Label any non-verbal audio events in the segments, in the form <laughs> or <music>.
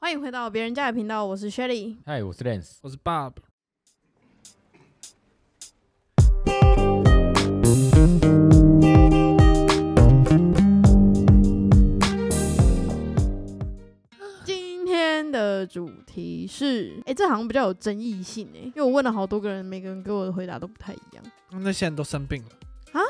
欢迎回到别人家的频道，我是 Shelly。嗨，我是 Lance。我是 Bob。今天的主题是，哎、这好像比较有争议性哎、因为我问了好多个人，每个人给我的回答都不太一样。那些人都生病了，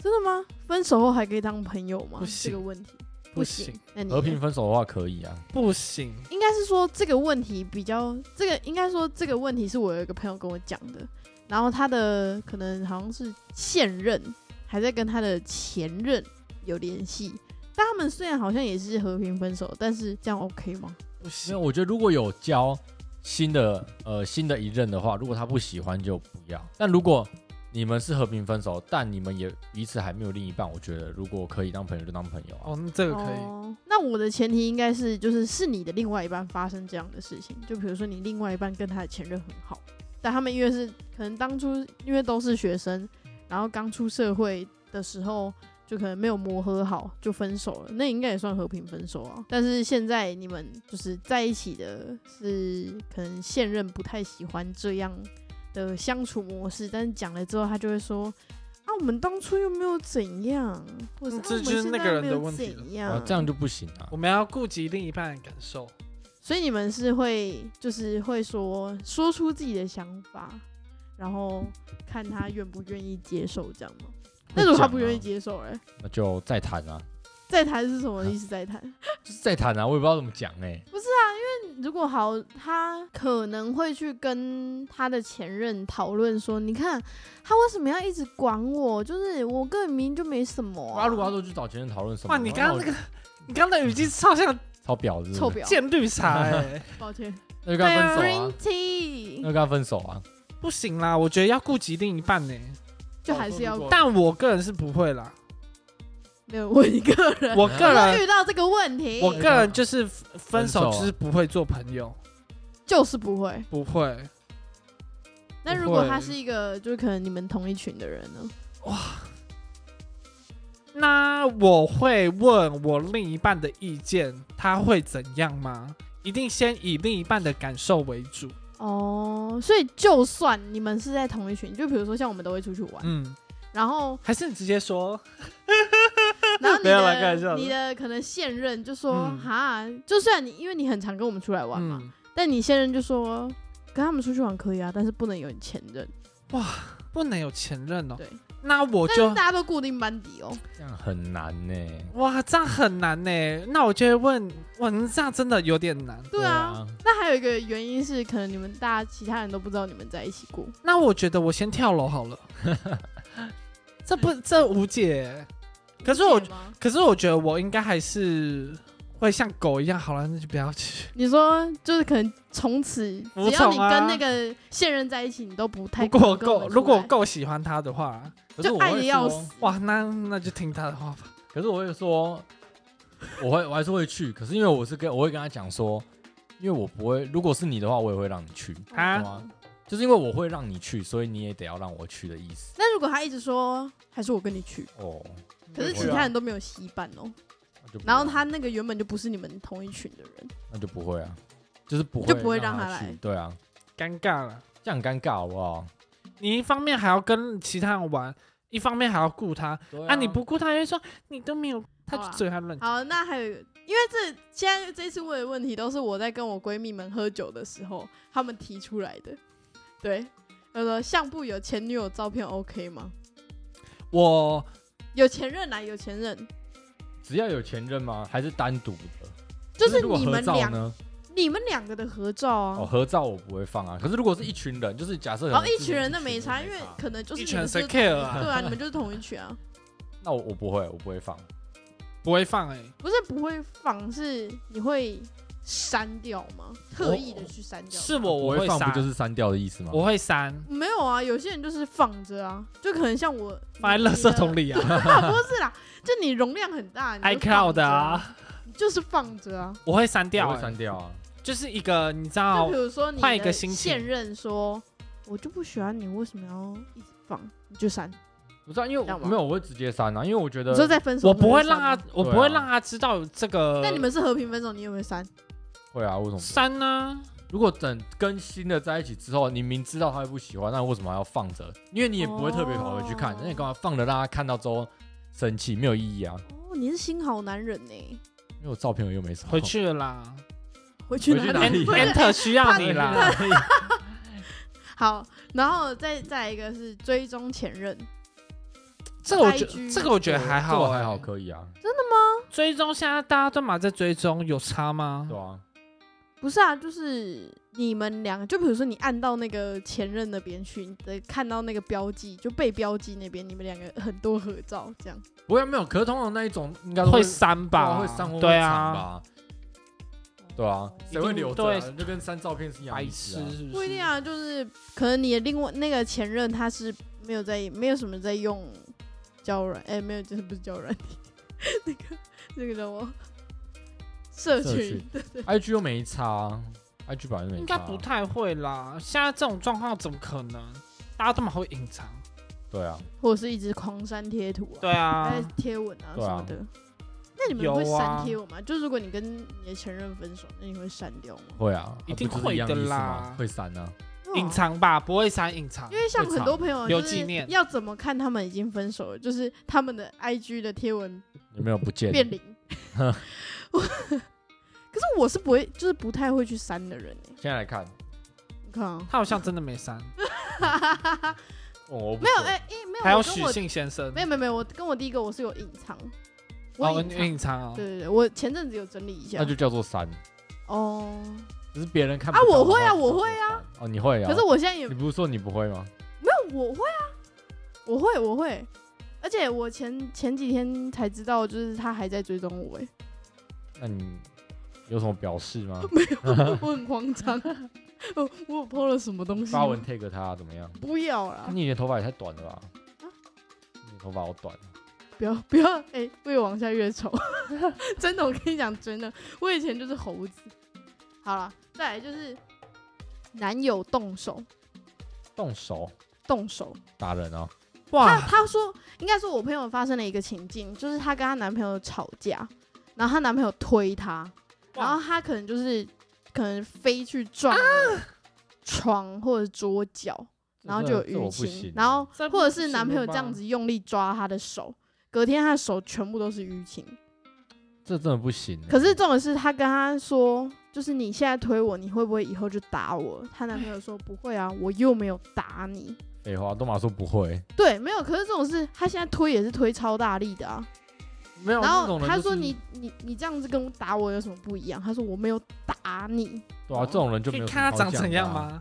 真的吗？分手后还可以当朋友吗不？这行个问题不行，，那你呢和平分手的话可以啊，不行，应该是说这个问题比较，这个应该说这个问题是我有一个朋友跟我讲的，然后他的可能好像是现任还在跟他的前任有联系，但他们虽然好像也是和平分手，但是这样 OK 吗？因不为行，我觉得如果有交新的呃新的一任的话，如果他不喜欢就不要。但如果你们是和平分手，但你们也彼此还没有另一半，我觉得如果可以当朋友就当朋友啊。哦，那这个可以，哦。那我的前提应该是，就是是你的另外一半发生这样的事情，就比如说你另外一半跟他的前任很好，但他们因为是可能当初因为都是学生，然后刚出社会的时候。就可能没有磨合好就分手了，那应该也算和平分手啊。但是现在你们就是在一起的是可能现任不太喜欢这样的相处模式，但是讲了之后他就会说啊，我们当初又没有怎样，或者、嗯啊、这我们就是现那个在人没的有问题了怎样、啊，这样就不行啊我。们要顾及另一半的感受。所以你们是会就是会说说出自己的想法，然后看他愿不愿意接受这样吗？那如果他不啊愿意接受、欸，哎，那就再谈啊，再谈是什么意思？再谈？就是再谈啊，我也不知道怎么讲哎、 <laughs> 如果好，他可能会去跟他的前任讨论说，你看他为什么要一直管我？就是我根本明明就没什么、啊，啊。如果他说去找前任讨论什么，哇，你刚刚那我个，你刚刚的语气超像超婊子，臭，婊，见绿 <laughs> 茶哎，抱歉。那就跟他分手 Green 啊，那 tea，就跟他分手啊。不行啦，我觉得要顾及另一半呢。就还是要如果但我个人是不会啦，没有我一个人，我个我人，遇到这个问题，我个人就是分分手手啊就是不会做朋友，就是不会。不会。那不如果会他是一个，就是可能你们同一群的人呢？那我会问我另一半的意见，他会怎样吗？一定先以另一半的感受为主。哦，所以就算你们是在同一群，就比如说像我们都会出去玩，嗯，然 <laughs> 后还是你直接说，然后你没有啦开玩的笑的你的可能现任就说嗯哈、就算你因为你很常跟我们出来玩嘛，嗯，但你现任就说跟他们出去玩可以啊，但是不能有你前任，不能有前任哦。对，那我但就是大家都固定班底哦，这样很难欸呢、哇，这样很难呢。那我就会问，哇，你这样真的有点难。对啊。，那还有一个原因是，可能你们大家其他人都不知道你们在一起过，那我觉得我先跳楼好 <laughs> 了。这不，这无解。可是我理解，吗可是我觉得我应该还是会像狗一样，好了，那就不要去。你说就是可能从此服只要你从啊跟那个现任在一起，你都不太如果我跟我们出够，来如果我够喜欢他的话，可是就我爱会的要说死，哇，那那就听他的话吧。可是我会说，我会我还是会去，可是因为我是跟我会跟他讲说，因为我不会，如果是你的话，我也会让你去，啊懂吗？就是因为我会让你去，所以你也得要让我去的意思。那如果他一直说还是我跟你去，哦，可是不会其啊他人都没有稀办哦，那就不然后会啊他那个原本就不是你们同一群的人，那就不会啊，就是不会就不会让让他去来对啊，尴尬了。这样很尴尬好不好？你一方面还要跟其他人玩，一方面还要顾他，对啊，你不顾他，就会说你都没有，他好啊就嘴还乱讲。好，那还有一个，因为这现在这一次问的问题都是我在跟我闺蜜们喝酒的时候，她们提出来的。对，她说相簿有前女友照片 OK 吗？我有前任来，有前任，只要有前任吗？还是单独的？就是如果你合们照两呢？你们两个的合照啊。哦，合照我不会放啊。可是如果是一群人，就是假设然后可能哦一是群人那没差，因就为可能就是一你群们人是谁同 care 啊对啊，你们就是同一群啊，那我我不会，我不会放。不会放哎、不是不会放，是你会删掉吗？特意的去删掉？是我我会会放，删，啊不就是删掉的意思吗？我会删，没有啊，有些人就是放着啊，就可能像我 <laughs> 放在垃圾桶里，里 <laughs> 啊啊 <laughs> 不是啦，就你容量很大你就放，iCloud 着啊，你就是放着啊。我会删掉我欸、会删掉啊。就是一个你知就道比，如说你换一个的心情现任说，我就不喜欢你，为什么要一直放？你就删，不是、啊，因为这样我吗没有，我会直接删啊，因为我觉得你说在分手，我不会让他他，，我呃对啊不会让他知道这个。但你们是和平分手，你有没有删？会啊，为什么不？删呢、如果等跟新的在一起之后，你明知道他会不喜欢，那为什么还要放着？因为你也不会特别跑回去看哦，那你干嘛放着让他看到之后生气？没有意义啊，哦，你是新好男人欸呢、因为我照片我又没收。回去了啦回去回去哪哪里里？ ，Enter 需要你啦。 <laughs> <laughs> 好，然后再再一个是追踪前任，这个我觉 IG 这个我觉得还好这欸、我还好可以啊，追踪现在大家都嘛在追踪，有差吗对？啊，不是啊，就是你们两个，就比如说你按到那个前任那边去，你的看到那个标记，就被标记那边，你们两个很多合照这样。不会啊没有，可是通常那一种应该都会会删对吧？啊会删或对会藏啊，吧，对啊，谁会留着一啊？定就跟删照片是一样的白意痴思啊。是不是不一定。啊，就是可能你的另外那个前任他是没有在没有什么在用交友软，哎、没有就是不是交友软体， <laughs> 那个那个叫我社社群群 IG 又没差啊，IG 本来就没应差该啊，不太会啦。现在这种状况怎么可能？大家都蛮会隐藏。对啊，或者是一直狂删贴图啊，对啊还，有贴文啊对啊什么的。那你们会有啊删贴文吗？就是如果你跟你的前任分手，那你会删掉吗？会啊，一定啊不就是一样会的意思啦吗会删啊，隐藏吧，不会删隐藏哦因。为像很多朋友留就纪是念要怎么看他们已经分手了，就是他们的 IG 的贴文有没有不见？变零。我可是我是不会，就是不太会去删的人哎、现在来看，你看啊，他好像真的没删，哦我不没有准哎、诶没有，还有我跟许我信先生没。有没有没有，我跟我第一个我是有隐藏，我哦，有隐你藏，隐藏对哦。对对，我前阵子有整理一下，那就叫做删，哦，只是别人看啊不到的话我会啊就叫做我会删哦，你会啊，可是我现在也你不是说你不会吗？我会啊，我会，我会。而且我前前几天才知道，就是他还在追踪我、 <laughs> 欸，那你有什么表示吗？哎，我很慌张，我我有 PO 了什么东西吗？发文 take 他怎么样？啊不要啦，你的头发也太短了吧啊？你的头发好短，啊不要不要，哎、越往下越丑， <laughs> 真的，我跟你讲真的，我以前就是猴子。好了，再来就是男友动手动手动手，打人哦，她哇，她说，应该说我朋友发生了一个情境，就是她跟她男朋友吵架，然后她男朋友推她，哇然后她可能就是可能飞去撞了床或者桌角，然后就有这我淤不行青，然后这不或者是行男朋友了这吧样子用力抓她的手，隔天她的手全部都是淤青。这真的不行欸。可是重点是，她跟她说，就是你现在推我，你会不会以后就打我？她男朋友说不会啊，我又没有打你。废话，东马说不会，对，没有。可是这种事，她现在推也是推超大力的啊。没有然那后种人他就是说你你你这样子跟我打我有什么不一样？他说我没有打你，对啊，这种人就可没以有什么看他好长讲怎的样啊？吗？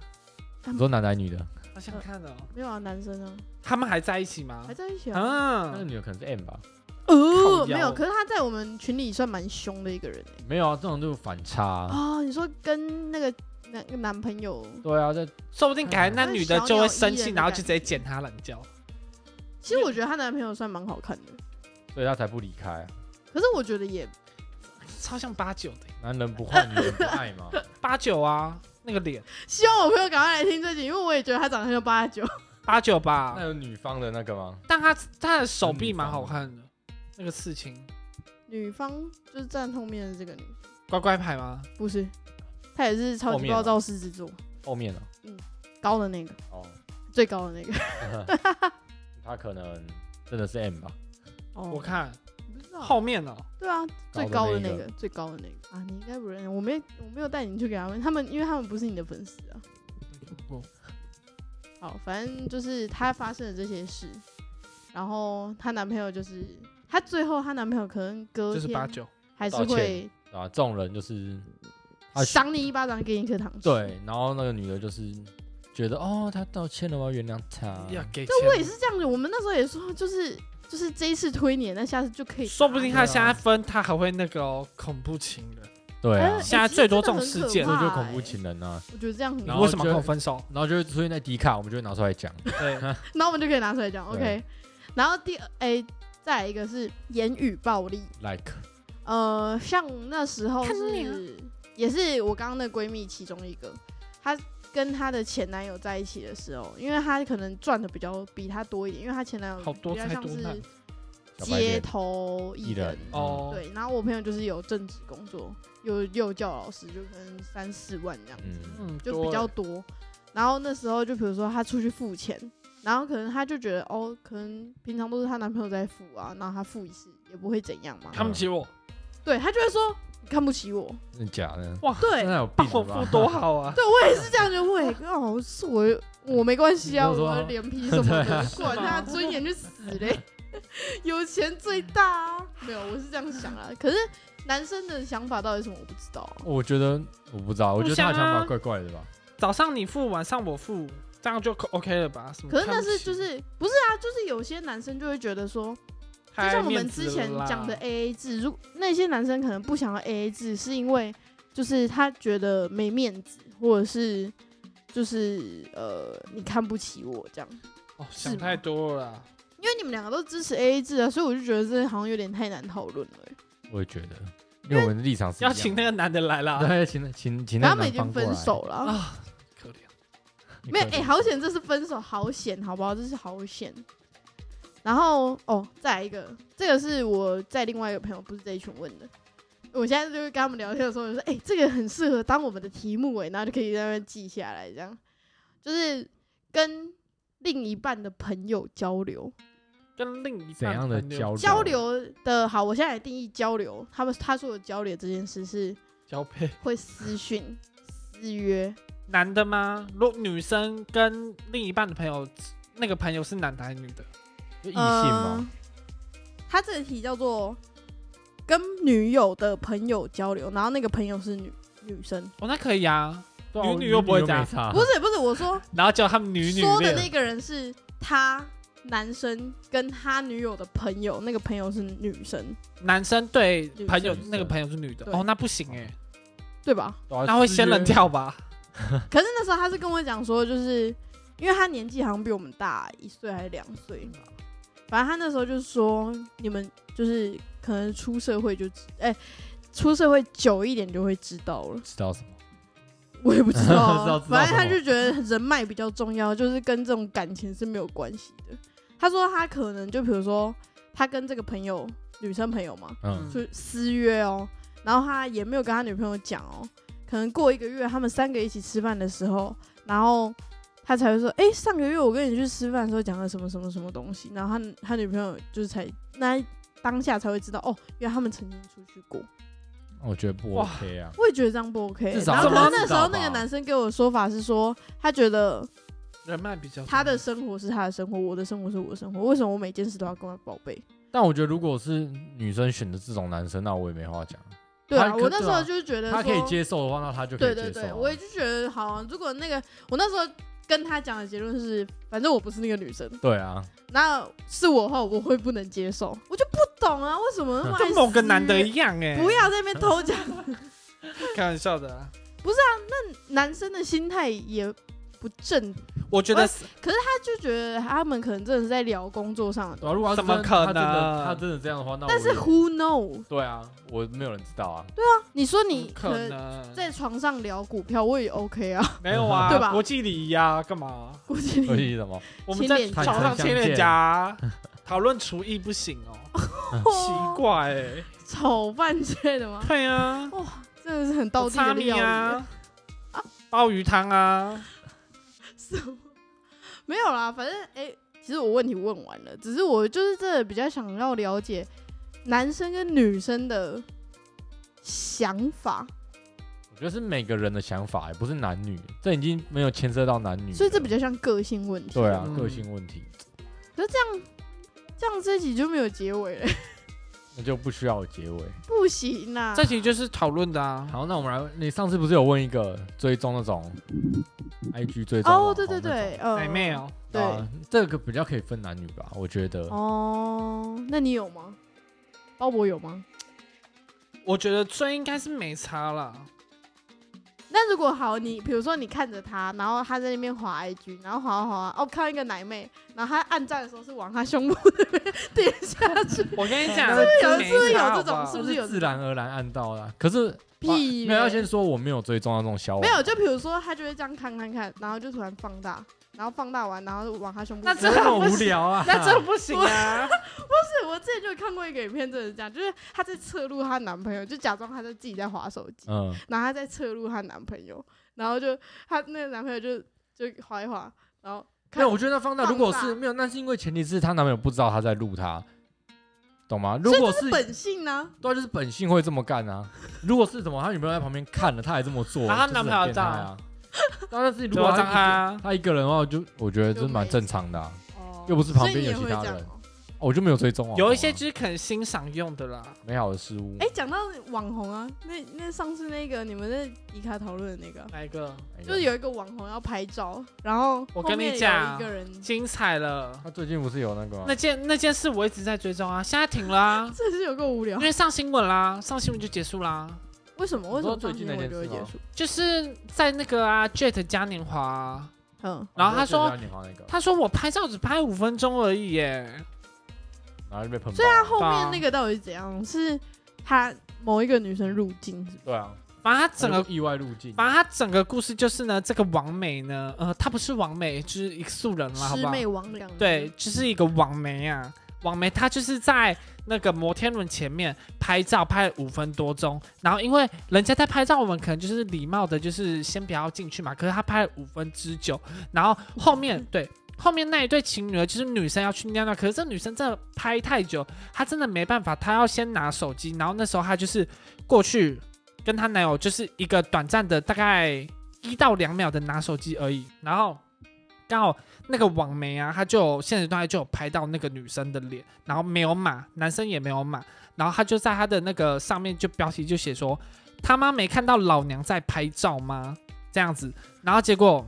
你说男的还是女的？好想看哦。没有啊，男生啊他们还在一起吗还？在一起啊，那啊个，女的可能是 M 吧？呃，靠腰没有。可是他在我们群里算蛮凶的一个人欸没有啊，这种就是反差啊。哦，你说跟那个男男朋友，对啊，在说不定改天那嗯女的就会生小鸟依气，人的然后就直接剪他懒觉。其实我觉得她男朋友算蛮好看的，所以他才不离开啊。可是我觉得也超像八九的男人不坏，女人不爱嘛。八九啊，那个脸希望我朋友赶快来听这集，因为我也觉得他长得很有八九。 <laughs> 八九那吧。有女方的那个吗？但他他的手臂蛮好看的，那个刺青女方就是站后面的这个女，乖乖牌吗？不是，她也是超后级面暴吗躁狮子座，后面啊呢？高的那个，哦，最高的那个。他可能真的是 M 吧？哦我看不知道后面哦，对啊，最高高的的那那个，最高的那个啊，你应该不认识，我没我没有带你去给他们，他们因为他们不是你的粉丝啊。好，反正就是她发生了这些事，然后她男朋友就是她最后她男朋友可能隔就是八天九，还是道歉会啊，这种人就是他赏你一巴掌，给你一颗糖吃。对，然后那个女的就是觉得哦，他道歉了，我要原谅他。要给那我也钱。是这样子，我们那时候也说，就是就是这一次推你，那下次就可以打。说不定她他现在分，他还会那个哦恐怖情人，对啊哎，现在最多这种事件这就是恐，哎怖其实真的很可怕哎情人啊。我觉得这样很然你后为什么跟我分 <laughs> 手？然后就会出现在迪卡，我们就会拿出来讲。对，那我们就可以拿出来讲对，OK。然后第二，哎、再来一个是言语暴力， Like，呃，像那时候看你啊是也是我刚刚的闺蜜其中一个，她跟她的前男友在一起的时候，因为她可能赚的比较比她多一点，因为她前男友好多比较才像多是难小白街脸头艺艺人人。哦，对，然后我朋友就是有正职工作，有幼教老师，就可能三四万这样，嗯，嗯，就比较多。然后那时候就比如说她出去付钱，然后可能她就觉得哦，可能平常都是她男朋友在付啊，然后她付一次也不会怎样嘛。看不起我，对她就会说你看不起我，真的假的？哇，对那有病帮我吧 <laughs> 付多好啊！对我也是这样觉得，我也哦是我我没关系啊，你就说我的脸皮什么对的啊，管是他吗尊严去死嘞， <laughs> 有钱最大啊！没有，我是这样想啊。可是男生的想法到底是什么，我不知道啊、我觉得我不知道，我觉得他的互相啊想法怪怪的吧。早上你付，晚上我付，这样就 OK 了吧？什么可是看不起？那是就是不是啊？就是有些男生就会觉得说，就太像我们面子之前了啦讲的哎 A A 制，如那些男生可能不想要 A A 制，是因为就是他觉得没面子，或者是就是呃你看不起我这样。哦，是想太吗多了啦。因为你们两个都支持 AA 制啊，所以我就觉得这好像有点太难讨论了欸、我也觉得，因为我们的立场是要请那个男的来啦。个 <laughs> 对，请那请请然那后他个们已经男方过来分手了啊，啊，可怜。你没有可以哎、好险，这是分手，好险，好不好？这是好险。然后哦，再来一个，这个是我在另外一个朋友，不是这一群问的。我现在就是跟他们聊天的时候，我就说，哎、这个很适合当我们的题目哎、然后就可以在那边记下来，这样就是跟另一半的朋友交流。跟另一半怎样的朋友交流嗯交流的好，我现在来定义交流。他们他说的交流这件事是交配？会私讯、私约，男的吗？如果女生跟另一半的朋友，那个朋友是男的还是女的？就异性嘛呃，他这个题叫做跟女友的朋友交流，然后那个朋友是女女生，哦，那可以啊，对啊女我女又不会没这样差不是不是，我说然后叫他们啊 <laughs> 女女说的恋那个人是他男生跟他女友的朋友，那个朋友是女生，男生对女朋友生那个朋友是女的，对哦，那不行哎、对 <laughs> 吧？对啊那会仙人。跳吧？可是那时候他是跟我讲说，就是因为他年纪好像比我们大一岁还是两岁吧，反正他那时候就是说，你们就是可能出社会就知哎、出社会久一点就会知道了。知道什么？我也不知道 <laughs> 知道啊，知道反正他什么就觉得人脉比较重要，就是跟这种感情是没有关系的。他说他可能就比如说他跟这个朋友女生朋友嘛，嗯，就私约哦，然后他也没有跟他女朋友讲哦，可能过一个月他们三个一起吃饭的时候，然后他才会说，哎、上个月我跟你去吃饭的时候讲了什么什么什么东西，然后他他女朋友就是才那当下才会知道哦，原来他们曾经出去过。那我觉得不哇 OK 啊。我也觉得这样不 OK。至少然后他怎么那知时道候吧那个男生给我的说法是说，他觉得人脉比较重他的生活是他的生活，我的生活是我的生活，为什么我每件事都要跟他报备？但我觉得如果是女生选的这种男生，那我也没话讲。对啊，他可我那时对候啊就是觉得他可以说，接受的话，那他就可对以对接受对，啊。我也就觉得好啊。如果那个我那时候跟他讲的结论是，反正我不是那个女生，对啊，那是我的话我会不能接受，我就不懂啊，为什么 <laughs> 那么爱跟某个私男的约一样哎、不要在那边偷讲，开玩笑的、啊，男生的心态也不正，我觉喂得是他就觉得他们可能真的是在聊工作上的东对啊。如果他是怎么真的可他真的能他真的这样的话，那但我是也 Who knows？对啊，我没有人知道啊。你说怎你么可可能能在床上聊股票，我也 OK 啊。 <laughs> 没有啊，对吧国际礼仪啊，干嘛？估计所你以什么？我们亲在脸颊床上坦诚相亲脸见颊啊，讨论厨艺不行哦，哦奇怪哎、炒饭之类的吗？ <laughs> 对啊，真的是很道地擦的米料理、啊，鲍鱼汤啊， <laughs> 什么？没有啦，反正哎、诶其实我问题问完了，只是我就是真的比较想要了解男生跟女生的想法，我觉得是每个人的想法，也不是男女，这已经没有牵涉到男女了，所以这比较像个性问题。嗯对啊，嗯个性问题，这样这一集就没有结尾了，那就不需要有结尾。不行啊啦。这题就是讨论的啊。好，那我们来，你上次不是有问一个追踪那种 IG 追踪哦，网对对红那对，种，呃，暧昧哦，对啊，这个比较可以分男女吧，我觉得。哦，那你有吗？鲍勃有吗？我觉得追应该是没差啦。那如果好，你比如说你看着他，然后他在那边滑 IG，然后滑啊滑啊，哦，看到一个奶妹，然后他按赞的时候是往他胸部那边 <laughs> 点下去，我跟 <laughs> 你讲，是有没是不是有差这种好不好是不是有自然而然按到啦？可是屁没有要嘞先说我没有追踪到那种小网没有，就比如说他就会这样看看看，然后就突然放大，然后放大完，然后往他胸部那点，这那很么无聊啊！那这不行啊！不是，我之前就有看过一个影片，真的是这样，就是她在侧录她男朋友，就假装她在自己在划手机，嗯，然后她在侧录她男朋友，然后就她那个男朋友就就划一划，然后没有，我觉得那放大放如果大是没有，那是因为前提是她男朋友不知道她在录她，懂吗？如所以果这是本性呢、对啊，就是本性会这么干啊。如果是什么，她女朋友在旁边看了，她还这么做，然后她她男朋友知道啊。当然 <laughs> 是如如果果啊她张一他个她一个人的话，就我觉得这蛮正常的啊、哦，又不是旁边所以你也有其会他这样人哦哦我就没有追踪哦。有一些好就是可能欣赏用的啦吧。美好的事物。哎、讲到网红啊，那那上次那个你们在迪卡讨论的那个，哪一个？哎呀就是有一个网红要拍照，然后我后跟你面有讲一个人精彩了！她最近不是有那个啊吗那件那件事我一直在追踪啊，现在停了 <laughs>，啊这是有够无聊因，为上新闻啦，上新闻就结束啦。为什么？你为什说么最上近新那闻件就事会结吗束？就是在那个啊，Jet 嘉年华啊、嗯，然后她说哦对对对你好像那个，他说我拍照只拍五分钟而已耶，然后就被喷爆了。所以他后吧面那个到底是怎样？是他某一个女生入境，对啊，反正他整整个个意外路径。反正他整个故事就是呢，这个王美呢，呃，她不是王美，就是一个素人啦，嗯好不师好？妹王两人对，，就是一个王梅啊，王梅她就是在那个摩天轮前面拍照，拍了五分多钟。然后因为人家在拍照，我们可能就是礼貌的，就是先不要进去嘛。可是她拍了五分之久，然后后面对。后面那一对情侣呢，就是女生要去尿尿，可是这女生真的拍太久，她真的没办法，她要先拿手机，然后那时候她就是过去跟她男友就是一个短暂的大概一到两秒的拿手机而已，然后刚好那个网媒啊，他就有现实动态就有拍到那个女生的脸，然后没有码，男生也没有码，然后他就在他的那个上面就标题就写说他妈没看到老娘在拍照吗？这样子，然后结果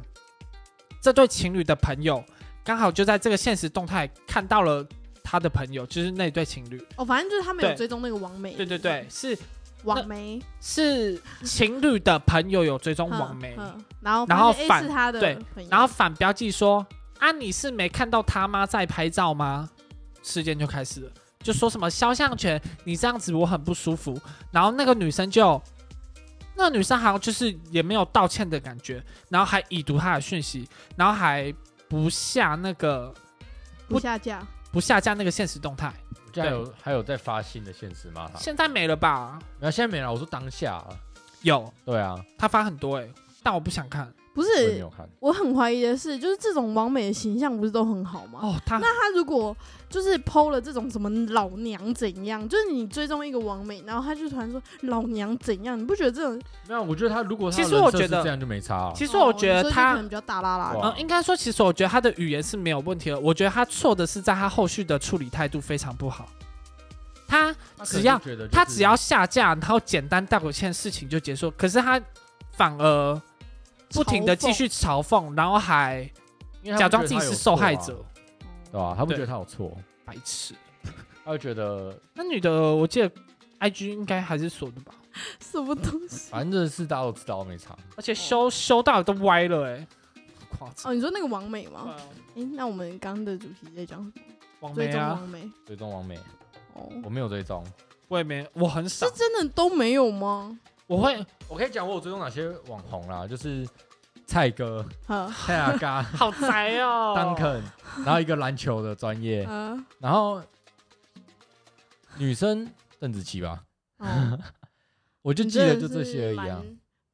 这对情侣的朋友刚好就在这个现实动态看到了他的朋友，就是那对情侣，哦，反正就是他们有对追踪那个王美，对对对，，是王梅是情侣的朋友有追踪网媒。，嗯嗯然后然后发现反诶是他的对朋友，然后反标记说：“啊，你是没看到他妈在拍照吗？”事件就开始了，就说什么肖像权，你这样子我很不舒服。然后那个女生就，那个女生好像就是也没有道歉的感觉，然后还已读他的讯息，然后还不下那个不下架，不下架那个现实动态。现在有还有在发新的现实吗？他现在没了吧？然后现在没了，我说当下啊。有，对啊，他发很多诶、欸但我不想看不我也没是有看。我很怀疑的是，就是这种王美的形象不是都很好吗？哦。他他如果就是剖了这种什么老娘怎样，就是你追踪一个王美，然后他就突然说老娘怎样，你不觉得这种？没有，我觉得他如果他其实人我设觉是得这样就没差啊。其实我哦觉你得说就他、可能比较大拉拉哇的，嗯，应该说，其实我觉得他的语言是没有问题的。我觉得他错的是在他后续的处理态度非常不好。他他可能只要就觉得就是他只要下架，然后简单道个歉，事情就结束。可是他反而不停的继续嘲讽，然后还因为他不觉假装得自己他有是受害错者啊，对吧？他不觉得他有错，白痴。他会觉得那女的，我记得 I G 应该还是锁的吧？什么东西？反正是大家都知道没差。而且修修到都歪了、欸，哎，夸张。哦，你说那个王美吗？对啊诶，那我们刚刚的主题在讲什么？王追梅踪啊，王美追踪完美，哦，我没有追踪。我也没，我很少是，真的都没有吗？我会我可以讲我有追踪哪些网红啦，就是蔡 <laughs> 哥、哈，蔡阿 <laughs> 嘎、好宅 <laughs> 哦、嗯丹肯，然后一个篮球的专业，呃，然后女生邓紫棋吧， <laughs> 哦我就你记真得的就这是些而已啊。蛮哎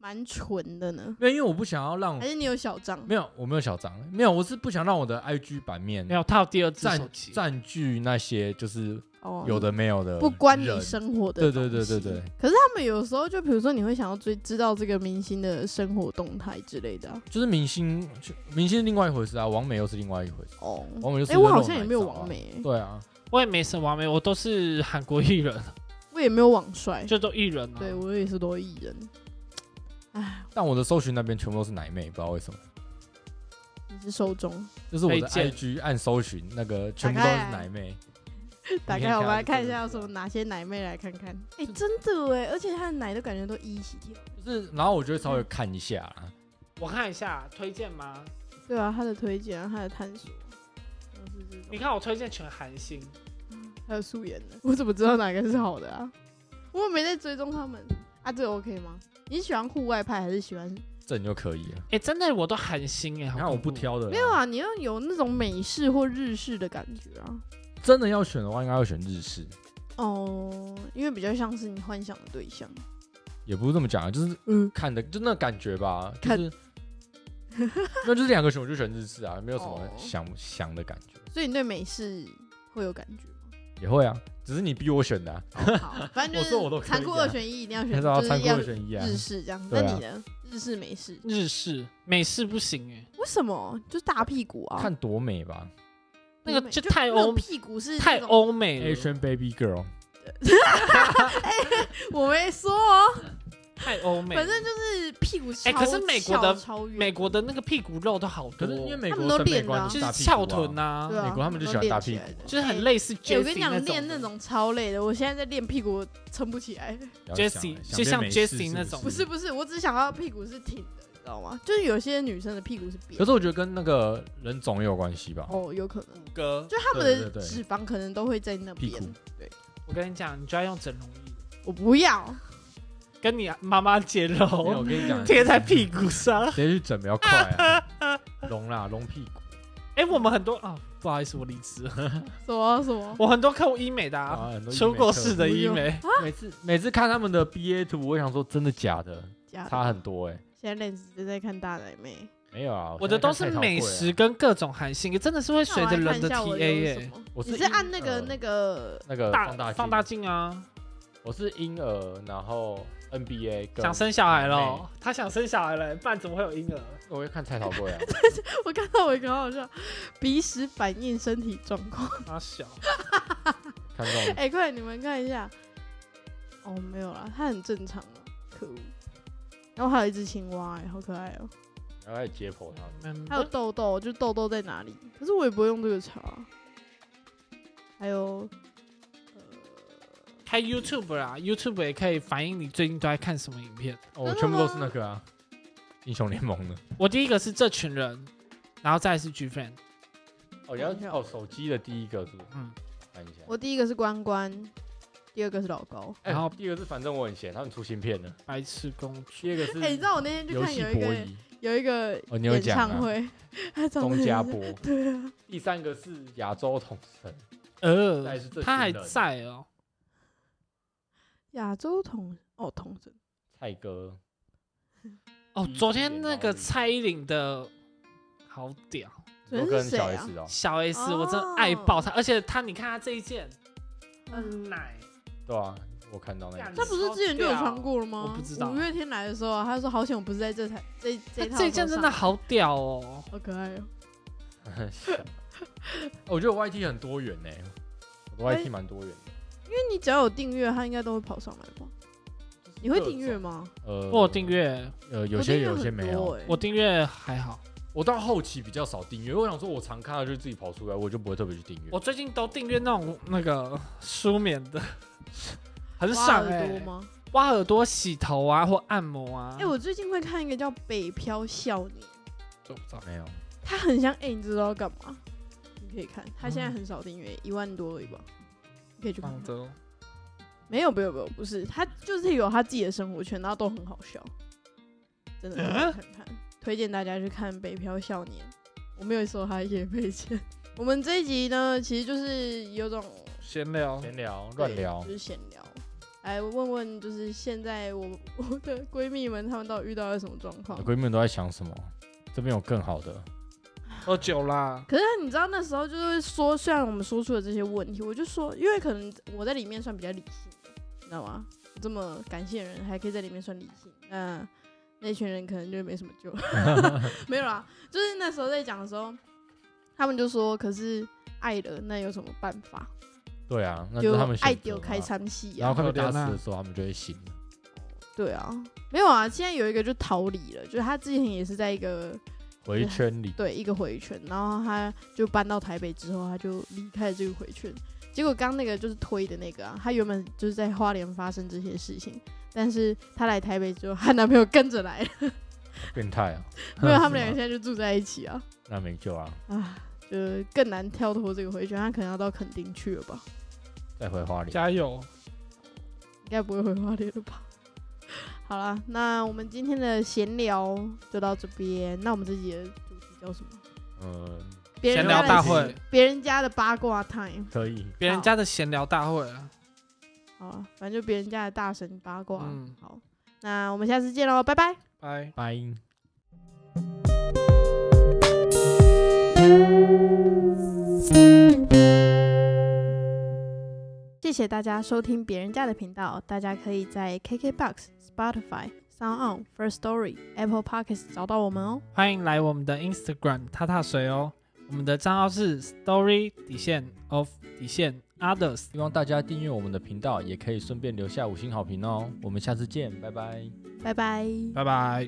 蛮纯的呢，没有，因为我不想要让还是你有小账？没有，我没有小张，没有，我是不想让我的 IG 版面没有，他有第二只手占机。占据那些就是哦，有的没有的，不关你。生活的。对对对对对。可是他们有时候就比如说你会想要追知道这个明星的生活动态之类的啊、就是明星，明星是另外一回事啊，王美又是另外一回事。哦，王美就是哎、我那好种像也奶没有罩啊网媒、欸对啊，我也没什么完美，我都是韩国艺人，我也没有网帅，就都艺人啊。对我也是多艺人。哎，但我的搜寻那边全部都是奶妹，不知道为什么，你是受众。就是我的推荐 IG 按搜寻那个全部都是奶妹。打你可以开我们来看看这一个下，有是什么吧哪些奶妹来看看。哎、真的哎，而且她的奶都感觉都一起跳，就是，然后我就会稍微看一下啊啦，我看一下推荐吗？对啊，她的推荐啊，她的探索，都是这你种，看我推荐全韩星，还有素颜的，我怎么知道哪个是好的啊？我又没在追踪他们啊，这 OK 吗？你喜欢户外派还是喜欢？这你就可以了。哎、真的我都韩星哎、你好看我恐怖不，挑的，没有，啊，你要有那种美式或日式的感觉啊。真的要选的话，应该会选日式，哦，因为比较像是你幻想的对象。也不是这么讲啊，就是嗯，看的就那感觉吧，就看是那就是两个选我就选日式啊，没有什么哦想、想的感觉，所以你对美式会有感觉吗？也会啊，只是你逼我选的、啊， <laughs> 好，反正我说就我都是可以残酷啊二选一，一定要还选，是要就参是考要二选一啊。日式这样。对那啊你呢？日式美式日式、美式不行哎、为什么？就是大屁股啊，看多美吧那个美就就太那种欧屁股是太那种，欧美了，Asian Baby Girl，我没说哦，太欧美了。反正就是屁股超哎可是美国的翘超远美国的那个屁股肉都好可多，是因为美他们国都审美练观了啊就大是屁股翘臀啊，对啊，美国他们就喜欢都练大起屁来股的就是很类似 Jessie 欸我跟你讲，练那种种超累的，我现在在练屁股，撑不起 <laughs> 来。不要想了 Jessie，想就变像美式 Jessie 那种不是不是，我只想要屁股是挺的，你知道吗？就是有些女生的屁股是扁可，是我觉得跟那个人种也有关系吧，哦，有可能，的哥。就他们对的对对脂肪可能都会在那屁股边。我跟你讲，你就要用整容仪我不要，跟你妈妈接没有，肉我，跟你讲，贴在屁股上。直接去整比较快啊，隆啦隆屁股哎，我们很多啊，不好意思，我离职了。什么什么，我很多客户医美的啊，啊，很多医美出过事的特 <laughs> 医美，课每次每次看他们的 B A 图，我想说真的假的，假的差很多哎，现在 Lens 就在看大奶妹，没有啊，我的都是美食食，跟各种韩信，真的是会随着人的那 T 我来看一下我 A 有什耶。么。我你是按那呃个那个 <laughs> 那个放啊大大放放大大，镜啊，我是婴儿，然后 N B A 跟想生小孩咯，他想生小孩了，不然怎么会有婴儿？我会看蔡桃贵啊，我看到我一个好好笑，鼻屎反映身体状况。他小，看这 <laughs> 种哎、快点你们看一下。哦，没有啦，它很正常啊，可恶。然后还有一只青蛙、哎，好可爱哦、然后还解剖他们。嗯还有痘痘，就痘痘在哪里？可是我也不会用这个查。还有，开 YouTube 啦，YouTube 也可以反映你最近都在看什么影片。哦，我全部都是那个啊，英雄联盟的。我第一个是这群人，然后再来是 G Fan，哦，要哦，手机的第一个是不是？嗯，看一下。我第一个是关关，第二个是老高。哎然后第一个是反正我很闲，他们出新片了。白痴公主，第二个是哎、你知道我那天去游看戏有一博个弈，有一个哦，你有演讲唱啊，会，他长得钟很家像博。 <laughs> 对啊，第三个是亚洲统神，再呃来是这群，人他还在哦，亚洲同哦同神，蔡哥。哦，嗯昨天那个蔡依林的好屌，昨我天跟是谁小啊 S 哦，小 S 哦我真的爱爆她，而且她你看她这一件，嗯嗯奶，对啊，我看到那干他个不是之前就有穿过了我吗？不知道五月天来的时候啊，他说好险我不是在这台这她这一套这一件真的上好屌哦，好可爱哦。很像。哦我觉得我 YT 很多元呢，我哎的 YT 蛮多元的。那你只要有订阅，他应该都会跑上来吧？你会订阅？吗？呃，我有订，阅，呃，有些有些没有。欸我订阅还好，我到后期比较少订阅，因为我想说，我常看到就是自己跑出来，我就不会特别去订阅。我最近都订阅那种那个 <laughs> 舒眠的，很很爽哎、多吗？挖耳朵、洗头啊，或按摩啊。哎、我最近会看一个叫《北漂少年》，都不知道没有，他很像哎、你知道要干嘛？你可以看，他现在很少订阅，一万多而已吧。你可以去看广看。州没有，没有，没有，不是，他就是有他自己的生活圈，然后都很好笑，真的嗯看看，推荐大家去看《北漂少年》。我没有收他夜配钱。我们这一集呢，其实就是有种闲聊，闲聊乱聊对就，是闲聊，来问问就是现在我我的闺蜜们，她们到底遇到了什么状况你？闺蜜们都在想什么？这边有更好的，喝酒啦。可是你知道那时候就是说，虽然我们说出了这些问题，我就说，因为可能我在里面算比较理性的，你知道吗？这么感谢人，还可以在里面算理性，那那群人可能就没什么救。 <laughs> 没有啦，就是那时候在讲的时候，他们就说，可是爱了，那有什么办法？对啊，那就是他们爱选择丢嘛开餐戏然后啊，快被打死的时候，他们就会醒了。对啊，没有啊，现在有一个就逃离了，就是他之前也是在一个回圈里，对啊一个回圈，然后他就搬到台北之后，他就离开了这个回圈。结果刚那个就是推的那个啊，他原本就是在花莲发生这些事情，但是他来台北之后，她男朋友跟着来了， <laughs> 变态啊！没有，他们两个现在就住在一起啊，那没救啊，啊，就更难跳脱这个回圈，他可能要到垦丁去了吧，再回花莲。加油！应该不会回花莲了吧。好啦，那我们今天的闲聊就到这边，那我们这集的主题叫什么？嗯，别人闲家聊的大会，别人家的八卦 time，可以，别人家的闲聊大会啊，好啊，反正就别人家的大神八卦。嗯好，那我们下次见喽，拜拜。拜。拜。谢谢大家收听别人家的频道，大家可以在 KKBox、Spotify、Sound On、First Story、Apple Podcasts 找到我们哦。欢迎来我们的 Instagram 踏踏水哦，我们的账号是 Story 底线 of 底线 Others，希望大家订阅我们的频道，也可以顺便留下五星好评哦。我们下次见，拜拜。拜拜。拜拜。